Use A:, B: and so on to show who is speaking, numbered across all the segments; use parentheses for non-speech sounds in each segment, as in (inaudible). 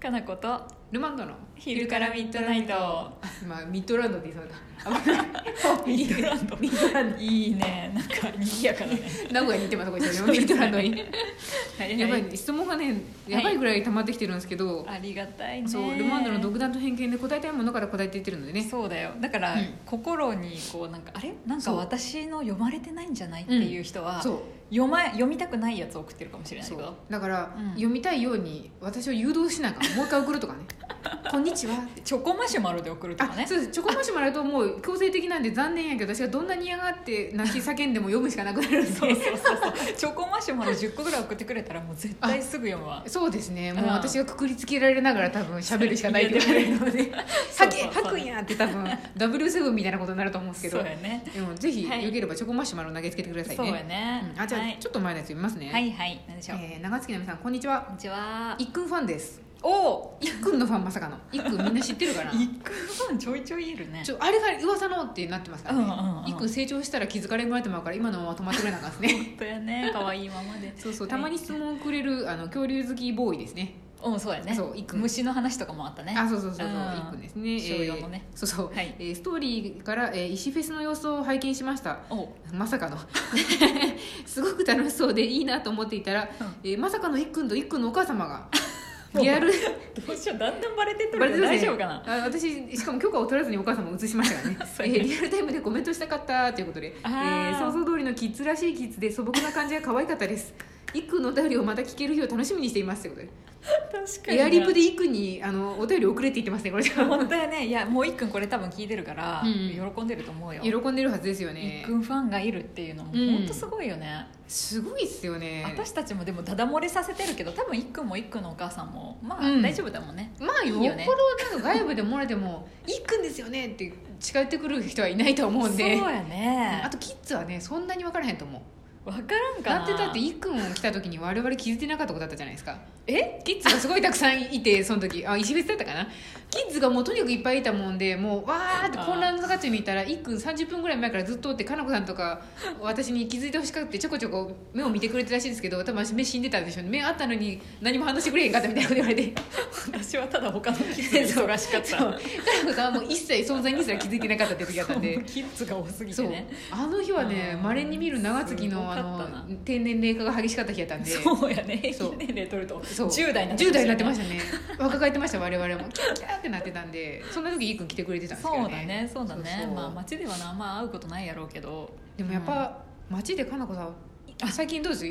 A: かなこと
B: ルマンドの
A: 昼からミッドナイト
B: まあミッドランドって言いそ
A: (laughs)
B: うだ
A: ミッドランド
B: ミッドランド
A: いいねなんか賑やかだね
B: 名古屋に行ってますこいつミッドランドに
A: はい
B: やば
A: はい
B: い質問がねやばいぐらい溜まってきてるんですけど、
A: ありがたいね
B: そうルマンドの独断と偏見で答えたいものから答えていってるのでね
A: そうだよだから、
B: うん
A: 心にこうなんかあれなんか
B: そう
A: 私の読まれてないんじゃないっていう人は、
B: そう
A: 読ま読みたくないやつを送ってるかもしれないけ
B: そう
A: ど
B: だから、
A: うん
B: 読みたいように私を誘導しないからもう一回送るとかね
A: (laughs)
B: 「こんにちは」って。
A: チョコマシュマロで送るとか
B: あ
A: ね
B: そうですチョコマシュマロともう強制的なんで残念やけど私がどんなに嫌がって泣き叫んでも読むしかなくなるん
A: そう
B: で
A: そうそうそうチョコマシュマロ10個ぐらい送ってくれたらもう絶対すぐ読むわ
B: そうですねもう
A: ああ
B: 私がくくりつけられながら多分喋るしかな
A: (laughs)
B: いってことなので「
A: そう
B: 吐
A: そう
B: け吐くんや!」って
A: (laughs)
B: 多分 W7 みたいなことになると思うんですけ
A: そ
B: ど
A: うやね
B: でもぜひ
A: はい
B: よければチョコマシュマロ投げつけてください
A: そう
B: ね、
A: やね
B: うん、あじゃ
A: は
B: あ
A: い
B: ちょっと前のやつ読みますね、
A: はいはい何でしょう、
B: えー長月の皆さんこんにちは
A: こんにちはい
B: っくんファンです
A: おお
B: いっくんのファンまさかのいっくんみんな知って
A: (laughs)
B: るかな
A: 一くファンちょいちょいいるね
B: ちょあれが噂のってなってますからね、
A: うんうんうん
B: いっくん成長したら気づかれんぐらいと思うから今のまま止まってくれなかった
A: (laughs)
B: ですね
A: 本当やね可愛いままで
B: そうそうたまに質問をくれるあの恐竜好きボーイですね
A: うんそうやね
B: そういっくん
A: 虫の話とかもあったね
B: あそうそうそうそう
A: うん
B: いっくんですね
A: 小四のね
B: えーそうそう、
A: はい
B: えーストーリーから、えー石フェスの様子を拝見しました
A: おう
B: まさかのすごく楽しそうでいいなと思っていたら、えーまさかのいっくんといっくんのお母様がリ
A: (laughs)
B: アル
A: どうしようだんだんバレてっと
B: バ
A: る
B: レ
A: け
B: て
A: ど大丈
B: ますね
A: 夫かな
B: あ私しかも許可を取らずにお母様を映しましたからね
A: (laughs) そう
B: え
A: ね
B: ーリアルタイムでコメントしたかったということで、え
A: あー
B: ー、想像通りのキッズらしいキッズで素朴な感じが可愛かったです一君のお便りをまた聞ける日を楽しみにしていますということ
A: 確
B: でエアリプで一君にあのお便り遅れって言ってますねこれじゃ
A: 本当や (laughs) ねいやもういっくんこれ多分聞いてるから、
B: うん
A: 喜んでると思うよ
B: 喜んでるはずですよ
A: いっ
B: ね
A: くんファンがいるっていうのも
B: うん
A: 本当すごいよね、
B: すごいっすよね
A: 私たちもでもダダ漏れさせてるけど多分いっくんもいっくんのお母さんもまあ、
B: うん
A: 大丈夫だもんね
B: まあ
A: いい
B: よ
A: よ
B: っぽど
A: ね
B: なんか外部で漏れても「一君ですよね」って近寄ってくる人はいないと思うんで
A: そうやね
B: あとキッズはねそんなに分からへんと思う
A: 分からんかな
B: なんてだって一君来た時に我々気づいてなかったことだったじゃないですか
A: え
B: キッズがすごいたくさん
A: (laughs)
B: いてその時あ石別だったかなキッズがもうとにかくいっぱいいたもんでもうわーって混乱の中中にいたら一君30分ぐらい前からずっとおってかなこさんとか私に気づいてほしくってちょこちょこ目を見てくれてたらしいんですけど多分私目死んでたんでしょうね目あったのに何も話してくれへんかったみたいなこと言われて
A: 私はただ他のキッズが忙しかっ
B: そうか
A: た
B: なこさんはもう一切存在にすら気づいてなかったって時があったんで
A: キッズが多すぎて
B: そう
A: ね
B: あの日はね
A: うん
B: まれに見る長月のあ
A: すごかったな
B: の低年齢化が激しかった日やったんで
A: そうやね平
B: そう
A: 均年齢取ると
B: そう
A: 10代になって
B: 10代になってましたたね若返ってました我々もキャーキャーってなってたんでそんな時いい君来てくれてたんですけ
A: そ
B: ど
A: うだねそうだね
B: そうそう
A: まあ街ではなまあ会うことないやろうけど
B: でもやっぱ、街でかなこさんあ最近どうです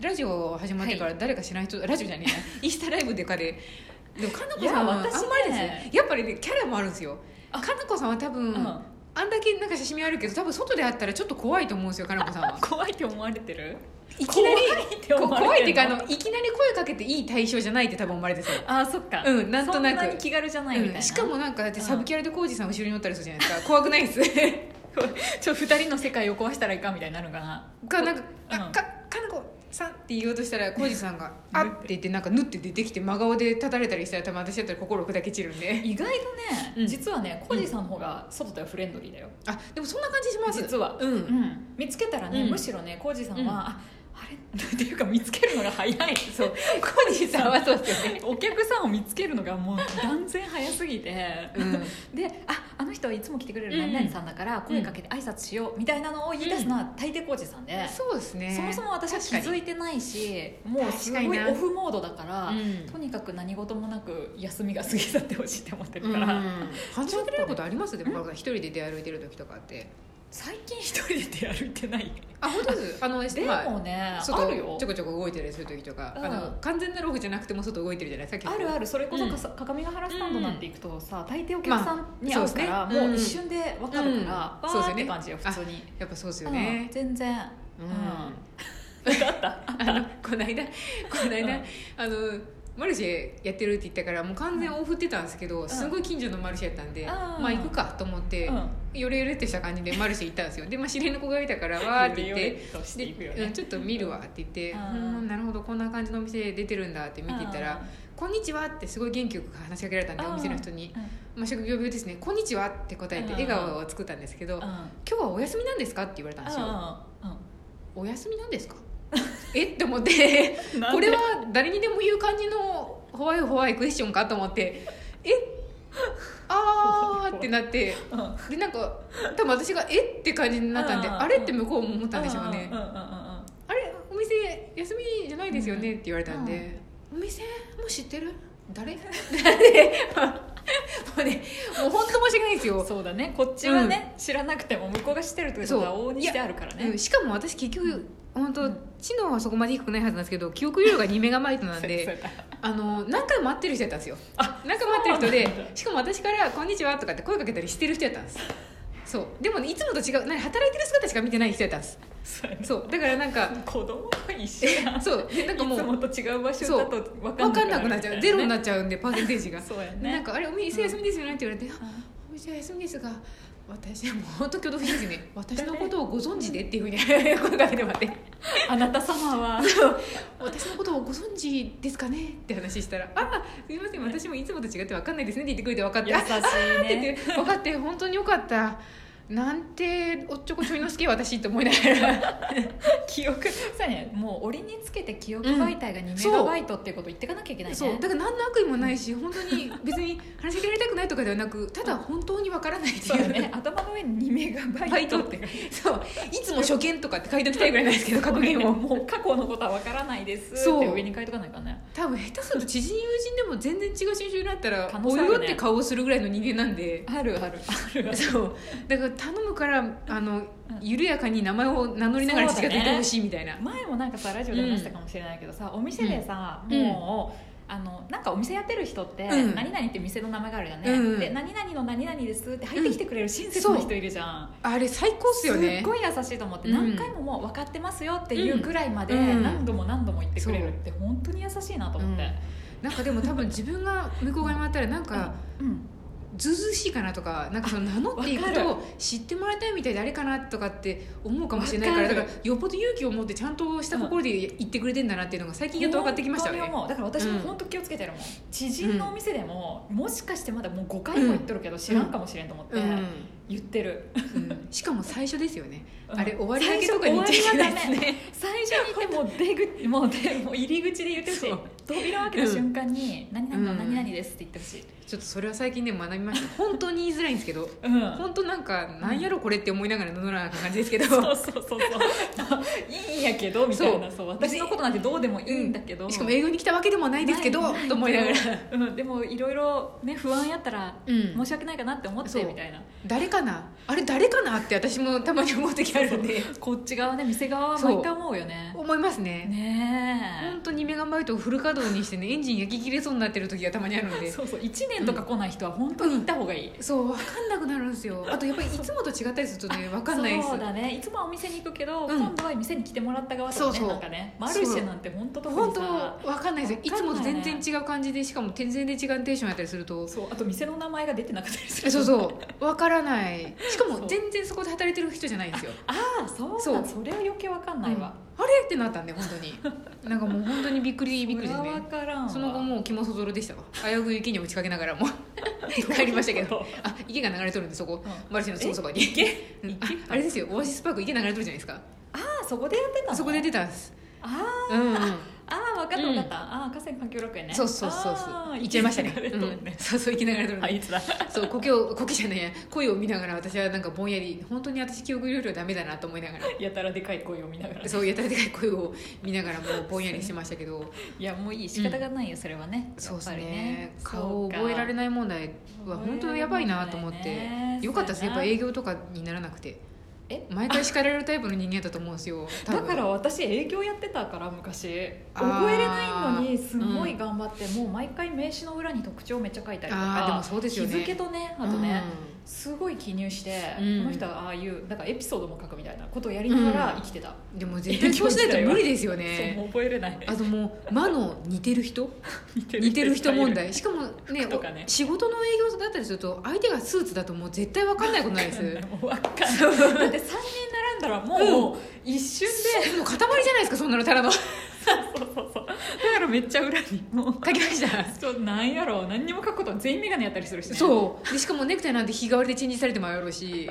B: ラジオ始まってから誰か知らない人、ラジオじゃねえやインスタライブでかででもかなこさん
A: いや私ね
B: あんまりですねやっぱりねキャラもあるんですよか
A: あ
B: なこさんは多分、
A: うん
B: あんだけなんか親しみあるけど多分外で会ったらちょっと怖いと思うんですよかなこさんは
A: 怖いって思われてる
B: いきなり
A: 怖いって
B: こ
A: 思われてる
B: 怖いっていうかあのいきなり声かけていい対象じゃないって多分思われてそう
A: あーそっか
B: うんなんとなく
A: そんなに気軽じゃないみたいな、
B: うんし
A: (laughs)
B: かもなんかだってサブキャラで浩二さん後ろに乗ったりするじゃないですか、怖くないです
A: ちょ2人の世界を壊したらいかんみたいになるのかな
B: かなんか
A: う
B: 「
A: ん
B: あかかなこさん」って言おうとしたら浩二さんが「あっ」って言ってなんかぬって出てきて真顔で立たれたりしたら多分私だったら心砕け散るんで
A: 意外とね、
B: うん
A: 実はねコージーさんの方が外ではフレンドリーだよ、
B: あでもそんな感じします
A: 実は、
B: う
A: (laughs)
B: ん、
A: うん見つけたらね、
B: うん
A: むしろねコージーさんは、
B: うん
A: ああれっていうか見つけるのが早い
B: (laughs) そう浩二さんはそうですよね
A: お客さんを見つけるのがもう断然早すぎて、でああの人はいつも来てくれる何々さんだから声かけて挨拶しようみたいなのを言い出すのは大抵コージーさんで、
B: そうですね
A: そもそも私は気
B: 確か
A: づ
B: に
A: いてないしもうすご
B: 確
A: い
B: かにな
A: オフモードだから、
B: うん
A: とにかく何事もなく休みが過ぎ去ってほしいって思って
B: う
A: る
B: ん、
A: から、
B: 話しかけられることありますでもかなこさん一人で出歩いてる時とかって
A: 最近一人で出歩いてない
B: あ本当ですあの
A: で
B: まあ
A: もね
B: 外
A: あるよ
B: ちょこちょこ動いてたりする時とか、あ
A: う
B: の
A: ん
B: 完全なロフじゃなくても外動いてるじゃないさっき
A: あるあ
B: る
A: るそれこそ
B: うん
A: かさ各務原スタンドなんて行くとさ、大抵お客さんに会うから、
B: まあそうですね
A: もう一瞬で分かるから、わ
B: うんそうで
A: ー
B: すよ
A: っ
B: ね
A: て感じよ普通に、
B: やっぱそうですよ
A: う
B: ね
A: ん、全然
B: うん
A: (laughs) あった
B: (laughs) あのこの間この間、
A: うん
B: あのマルシェやってるって言ったからもう完全オフってたんですけど、すごい近所のマルシェやったんで、
A: うん
B: まあ行くかと思って、
A: うん
B: ヨレヨレってした感じでマルシェ行ったんですよで、まあ、知り合いの子がいたからわーって言
A: (laughs) ヨ
B: っ
A: レヨ
B: て
A: レとしていくよね
B: でうんちょっと見るわって言って「う
A: うん
B: んなるほどこんな感じのお店出てるんだ」って見てた
A: う
B: ら
A: ん
B: 「こんにちは」ってすごい元気よく話しかけられたんで
A: うん
B: お店の人に
A: うん
B: 「まあ、職業病ですねこんにちは」って答えて
A: うん
B: 笑顔を作ったんですけど「
A: うん
B: 今日はお休みなんですか?」って言われたんですよ。
A: (laughs)
B: お休みなんですかえって思って
A: なんで
B: これは誰にでも言う感じのホワイホワイクエスチョンかと思ってえあーってなって
A: うんうん
B: でなんか多分私がえって感じになったんで
A: うん
B: あれって向こうも思ったんでしょうね
A: うんうんうんうん
B: あれお店休みじゃないですよねって言われたんで、お店も知ってる (laughs) 誰誰もうねもう本当申し訳ないですよ
A: そうだねこっちはね、知らなくても向こうが知ってるってことが
B: そう
A: 往々にしてあるからね
B: うんしかも私結局、
A: うん
B: 本当
A: うん
B: 知能はそこまで低くないはずなんですけど記憶容量が2メガバイトなん
A: (laughs) そう
B: で
A: や
B: あの何回も会ってる人やったんですよ
A: あ
B: 何回も会ってる
A: そ
B: 人
A: うなん
B: でしかも私から「こんにちは」とかって声かけたりしてる人やったん
A: (laughs)
B: ですそうでもねいつもと違う何働いてる姿しか見てない人やったんです
A: そうやね
B: そうだからな
A: (laughs)
B: んか
A: 子供と一緒やん
B: そうでなんかも
A: いつも
B: う
A: と違う場所だと分か
B: 分
A: ん
B: かんなくなっちゃうゼロにな
A: っ
B: っちゃうんでパーセンテージが、
A: そうやね
B: なんか「あれお店休みですよね」って言われ
A: う
B: て「
A: ん
B: お店は休みですが私はもう本当挙動不審ですね私のことをご存知でっていうふうに (laughs) 声かけてもらって
A: あなた様
B: (laughs)
A: は
B: 私のことをご存知ですかねって話したら「あすみません私もいつもと違って分かんないですね」って言ってくれて分かって「
A: 優
B: あ
A: しい
B: って言っ
A: ね
B: て分かって本当によかった」なんておっちょこちょいの好き私って思いな (laughs) がら
A: (laughs) 記憶そうやねもう折につけて記憶
B: うん
A: 媒体が2メガバイトっていうこと言ってかなきゃいけないね
B: そうだから何の悪意もないし本当に別に話しかけられたくないとかではなくただ本当に分からないって
A: そう
B: い
A: や
B: う
A: ね頭の上に2メガバイトって
B: そういつも初見とかって書いときたいぐらいなんですけど格言を
A: もう過去のことは分からないです
B: そう
A: って上に書いとかないからね
B: 多分下手すると知人友人でも全然違う親友になったら
A: 可能
B: お
A: 性あ
B: よ
A: るね
B: って顔をするぐらいの人間な
A: (laughs)
B: んで
A: あるあるある
B: そうだから頼むからあの
A: うん
B: 緩やかに名前を名乗りながら近づいてほしいみたいな、
A: 前もなんかさラジオで話したかもしれないけどさ、お店でさ、
B: うん
A: もう、あのなんかお店やってる人って、
B: うん
A: 何々って店の名前があるじゃんね、
B: うん
A: で何々の何々ですって入ってきてくれる親切な人いるじゃん、
B: あれ最高っす
A: す
B: よね
A: っごい優しいと思って、
B: うん
A: 何回ももう分かってますよっていうぐらいまで
B: うん
A: 何度も何度も言ってくれるって本当に優しいなと思って、
B: なんかでも多分自分が向こう側に回ったらなんか
A: うん
B: ずうずうしいかなとかなんかその名乗っていく
A: わか
B: と知ってもらいたいみたいであれかなとかって思うかもしれないから
A: わか
B: だ
A: る
B: からよっぽど勇気を持ってちゃんとした心で言ってくれてんだなっていうのが最近やっと分かってきましたよ
A: 本当に
B: ね
A: 思うだから私も本当気をつけてるもん、知人のお店でももしかしてまだもう5回も行っとるけど知らんかもしれんと思って言ってる、
B: うんうんしかも最初ですよね
A: うん
B: あれ終わりだけとかに言っちゃいけないですね
A: 最初に行ってもう出口もう出もう入り口で言ってほしい
B: そう
A: 扉を開けた瞬間に「何々の
B: う
A: 何
B: ん
A: 々です」って言ってほしい、
B: ちょっとそれは最近ね学びました
A: (laughs)
B: 本当に言いづらいんですけど
A: うん
B: 本当なんかなんやろこれって思いながら乗らなあかん感じですけど
A: そうそうそうそういいんやけどみたいなそう私のことなんてどうでもいいんだけど、
B: しかも営業に来たわけでもないですけど
A: ないない
B: と思いながら
A: (laughs) うん、でもいろいろね不安やったら
B: うん
A: 申し訳ないかなって思っ
B: そ
A: て
B: う
A: みたいな、
B: 誰かなあれ誰かなって私もたまに思う時あるんで
A: こっち側ね店側は毎回思うよね
B: 思いますね
A: ね
B: 本当にメガバイトをフル稼働にしてねエンジン焼き切れそうになってる時がたまにあるん
A: え
B: で
A: そうそう1年とか来ない人は本当に行った方がいい、
B: そう分かんなくなるんですよあとやっぱりいつもと違ったりするとね分かんないです
A: そうだねいつもはお店に行くけど、
B: うん
A: 今度は店に来てもらった側とかね
B: そうそう
A: なんかねマルシェなんて本当特に
B: 本当
A: さ
B: 分かんないですよいつもと全
A: わかん
B: 然違う感じでしかも全然違うテンションやったりすると
A: そうあと店の名前が出てなかったりす
B: え
A: る
B: そう
A: う
B: そう分からないしか
A: そ
B: も
A: う
B: 全然そこで働いてる人じゃないんですよ
A: ああそうなん
B: そう
A: それは余計わかんないわ、
B: うんあれってなったんで本当になんかもう本当にびっくりびっくりです
A: それは
B: ね
A: わからんわ
B: その後もう気もそぞろでしたわ危うく雪に落ちかけながら (laughs) も帰りましたけどあ池が流れとるんでそこ、
A: う
B: マルシェのすぐそばに
A: 池
B: うんああれですよオアシスパーク池流れとるじゃないですか
A: (laughs) ああそこでやってたの
B: そこで出たんです
A: あ
B: うんうん
A: あああわかったわかった、ああ河川環境楽園ね
B: そうそうそうそう
A: ああ
B: 行っちゃいましたね
A: 行 (laughs) ってた
B: う
A: ね
B: んそうそう行きながら撮る
A: あいつだ
B: そう苔を苔じゃないや恋を見ながら私はなんかぼんやり本当に私記憶容量ダメだなと思いながら
A: (laughs) やたらでかい声を見ながら
B: (laughs)
A: ね
B: そうやたらでかい恋を見ながらもうぼんやりしてましたけど
A: いやもういい仕方がないよ、それはね
B: そうです
A: やっぱり
B: ね顔を覚えられ
A: ない
B: ない問題は本当にやばいなと思っ
A: 覚えられない
B: て
A: ね
B: よかったですねやっぱ
A: そうやな
B: 営業とかにならなくて
A: え
B: 毎回叱られるタイプの人 (laughs) 間だったと思うんですよ多
A: だ
B: 分
A: から私営業やってたから昔
B: あー
A: 覚えれないのにすごい頑張って、もう毎回名刺の裏に特徴めっちゃ書いたりと
B: あーでも
A: か
B: そうですよね
A: 日付とねあとね、すごい記入して、
B: うん
A: この人はああいうなんかエピソードも書くみたいなことをやりながら生きてた、
B: うんでも絶対そうしないと無理ですよ
A: そうも
B: ね
A: う覚えれない
B: あともう魔の似てる人
A: (laughs) 似て
B: (laughs) 似てる人
A: (laughs)
B: 問
A: い
B: 題しかもね
A: 服とかね
B: お仕事の営業だったりすると相手がスーツだともう絶対分かんないこと (laughs) ないです
A: るもう分かんないだって3人並んだらもう、一瞬で
B: もう塊じゃないですかそんなのたらの書
A: そうそうそうだからめっちゃ裏にもう
B: きました
A: ちょっとなんやろう何にも書くこと全員眼鏡やったりするしね
B: そうでしかもネクタイなんて日替わりでチェンジされてもやろうし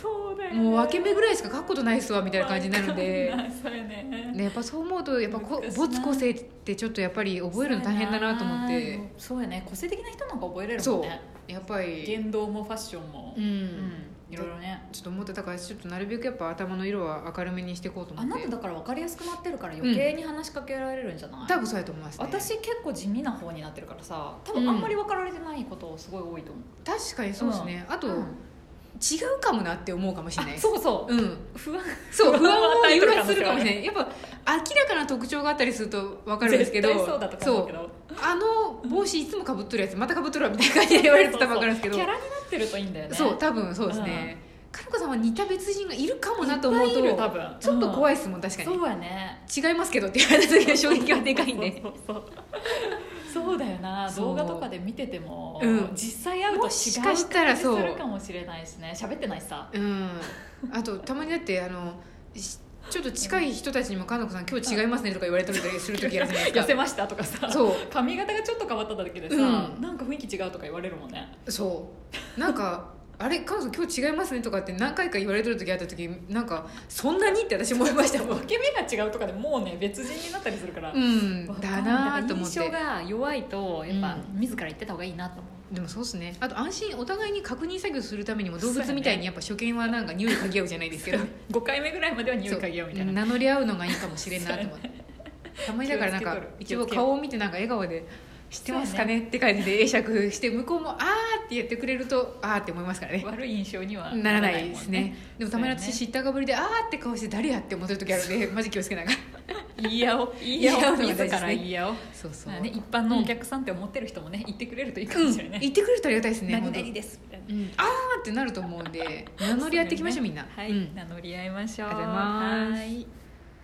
A: そうだよ、ね、
B: もう分け目ぐらいしか書くことないっすわみたいな感じになるんで
A: わ、かんないそうやね
B: ね、やっぱそう思うとやっぱこ
A: 難しいな
B: 没個性ってちょっとやっぱり覚えるの大変だなと思って
A: そうやね個性的な人なんか覚えれるも
B: そ
A: ん
B: う
A: ね
B: やっぱり、
A: 言動もファッションも
B: う、ん
A: いろいろね
B: ちょっと思ってたからちょっとなるべくやっぱ頭の色は明るめにしていこうと思
A: あな
B: って
A: ただから分かりやすくなってるから余計に話しかけられるんじゃない、
B: 多分そうやと思います、ね、
A: 私結構地味な方になってるからさ多分あんまり分かられてないことすごい多いと思う、
B: 確かにそうですね、あと、
A: うん
B: 違うかもなって思うかもしれ
A: あ
B: ないです
A: そうそう、
B: うん
A: 不安
B: そう
A: 不
B: 不
A: 安
B: 安
A: を
B: を
A: 与え
B: 誘
A: とる可能
B: 発す
A: 性
B: る
A: は
B: か
A: あ (laughs) る
B: もしれないやっぱ明らかな特徴があったりすると分かるんですけど
A: 絶対そうだとか思うけど
B: そうあの帽子いつもかぶっとるやつまたかぶっとるわみたいな感じで言われてたばっかりですけど
A: キ
B: そ
A: ャ
B: う
A: ラになってるといいんだよね
B: 多分そうですね、かのこさんは似た別人がいるかもなと思う
A: いっぱいいる多
B: と
A: 分
B: ちょっと怖
A: い、
B: いですもん確かに、
A: そうやね
B: 違いますけどって言われた時の衝撃はでかいんで
A: そうそうそうそうだよな
B: そう
A: 動画とかで見てても、
B: うん
A: 実際会うと違う
B: もしかしたらそう
A: 感じするかもしれないしね喋ってないしさ
B: うんあとたまにだってあのしちょっと近い人たちにもかのこさん今日違いますねとか言われたりする時あるじゃな
A: (laughs)
B: いで
A: 痩
B: す
A: せ
B: か
A: ましたとかさ
B: そう
A: 髪型がちょっと変わっただけでさ、
B: うん
A: なんか雰囲気違うとか言われるもんね
B: そうなんか「あれ彼女今日違いますね」とかって何回か言われてる時あった時なんか「そんなに?」って私思いましたもん
A: 分け目が違うとかでもうね別人になったりするから、
B: うん
A: わかん
B: だ
A: い
B: なーと思っ
A: 印象
B: て
A: が弱いとやっぱ、自ら言ってた方がいいなと思う
B: でもそうっすねあと安心お互いに確認作業するためにも動物みたいにやっぱ初見はなんか匂い嗅ぎ合うじゃないですけど
A: 5回目ぐらいまでは匂い嗅ぎようみたいな
B: そう名乗り合うのがいいかもしれんなと思ってたまにだからなんか
A: 気
B: 一
A: を
B: 応
A: つけとる気をつけよう
B: 顔を見てなんか笑顔で「知ってますかね?」って感じで会釈して向こうも「あー」って言ってくれると「あー」って思いますからね
A: 悪い印象には
B: ならないですねでもたまに
A: そうやね
B: 私知ったかぶりで「あー」って顔して「誰や?」って思ってる時あるんでマジ気をつけながら
A: 言い合おう言
B: い合おう
A: 自ら言い合おう
B: そうそ
A: まあ
B: う、
A: ね、一般のお客さんって思ってる人もね言ってくれるといいか
B: う
A: も
B: ん
A: しれない、
B: 言ってくれるとありがたいですね
A: 何
B: 本当
A: 々ですみたいな
B: うん、あーってなると思うんで名乗り合っていきましょうみんな
A: はい、
B: うん
A: 名乗り合いましょう
B: ありがとうございます
A: はい